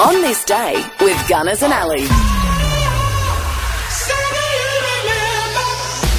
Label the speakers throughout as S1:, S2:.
S1: On this day with Gunners and Alley.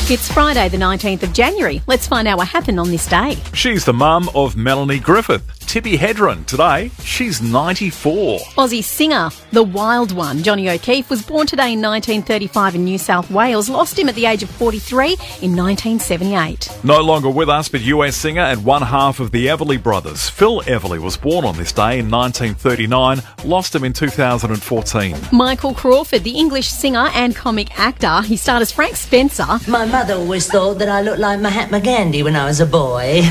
S2: It's Friday, the 19th of January. Let's find out what happened on this day.
S3: She's the mum of Melanie Griffith. Tibby Hedron today, she's 94.
S2: Aussie singer, the wild one, Johnny O'Keefe, was born today in 1935 in New South Wales, lost him at the age of 43 in 1978.
S3: No longer with us, but US singer and one half of the Everly brothers. Phil Everly was born on this day in 1939, lost him in 2014.
S2: Michael Crawford, the English singer and comic actor, he starred as Frank Spencer.
S4: My mother always thought that I looked like Mahatma Gandhi when I was a boy.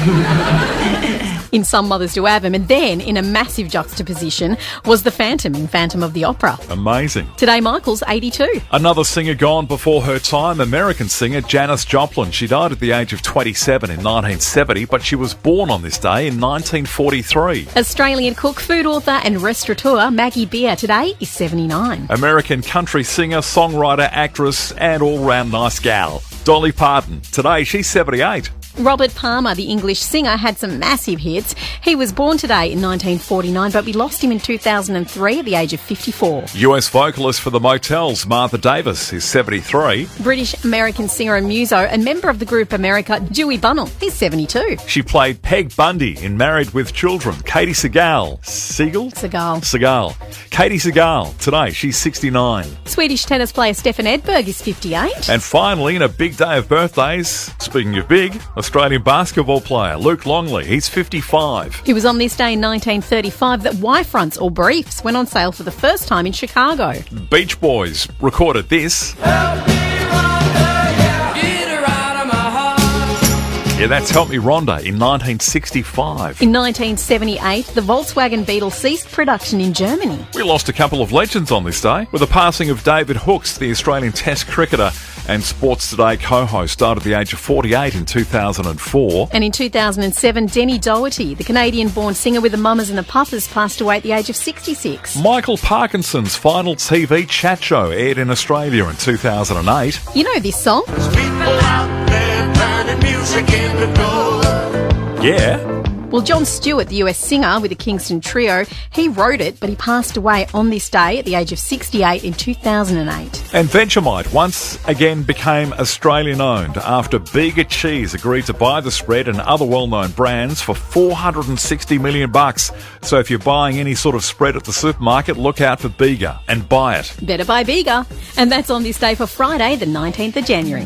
S2: In Some Mothers Do Have 'Em, and then in a massive juxtaposition was the Phantom in Phantom of the Opera.
S3: Amazing.
S2: Today, Michael's 82.
S3: Another singer gone before her time, American singer Janis Joplin. She died at the age of 27 in 1970, but she was born on this day in 1943.
S2: Australian cook, food author, and restaurateur Maggie Beer today is 79.
S3: American country singer, songwriter, actress, and all round nice gal. Dolly Parton. Today she's 78.
S2: Robert Palmer, the English singer, had some massive hits. He was born today in 1949, but we lost him in 2003 at the age of 54.
S3: US vocalist for the Motels, Martha Davis, is 73.
S2: British American singer and muso and member of the group America, Dewey Bunnell, is 72.
S3: She played Peg Bundy in Married with Children. Katie Segal. Segal?
S2: Segal.
S3: Segal. Katie Segal. Today she's 69.
S2: Swedish tennis player Stefan Edberg is 58.
S3: And finally, in a big day of birthdays, speaking of big, Australian basketball player Luke Longley. He's 55.
S2: It was on this day in 1935 that Y fronts or briefs went on sale for the first time in Chicago.
S3: Beach Boys recorded this. Yeah, that's Help Me Rhonda in 1965.
S2: In 1978, the Volkswagen Beetle ceased production in Germany.
S3: We lost a couple of legends on this day with the passing of David Hooks, the Australian Test cricketer and Sports Today co host, died at the age of 48 in 2004.
S2: And in 2007, Denny Doherty, the Canadian born singer with the Mamas and the Puffers, passed away at the age of 66.
S3: Michael Parkinson's final TV chat show aired in Australia in 2008.
S2: You know this song?
S5: people out there turning music into gold.
S3: Yeah.
S2: Well, John Stewart, the US singer with the Kingston Trio, he wrote it, but he passed away on this day at the age of 68 in 2008.
S3: And Vegemite once again became Australian owned after Bega Cheese agreed to buy the spread and other well known brands for 460 million bucks. So if you're buying any sort of spread at the supermarket, look out for Bega and buy it.
S2: Better by bigger. And that's on this day for Friday, the 19th of January.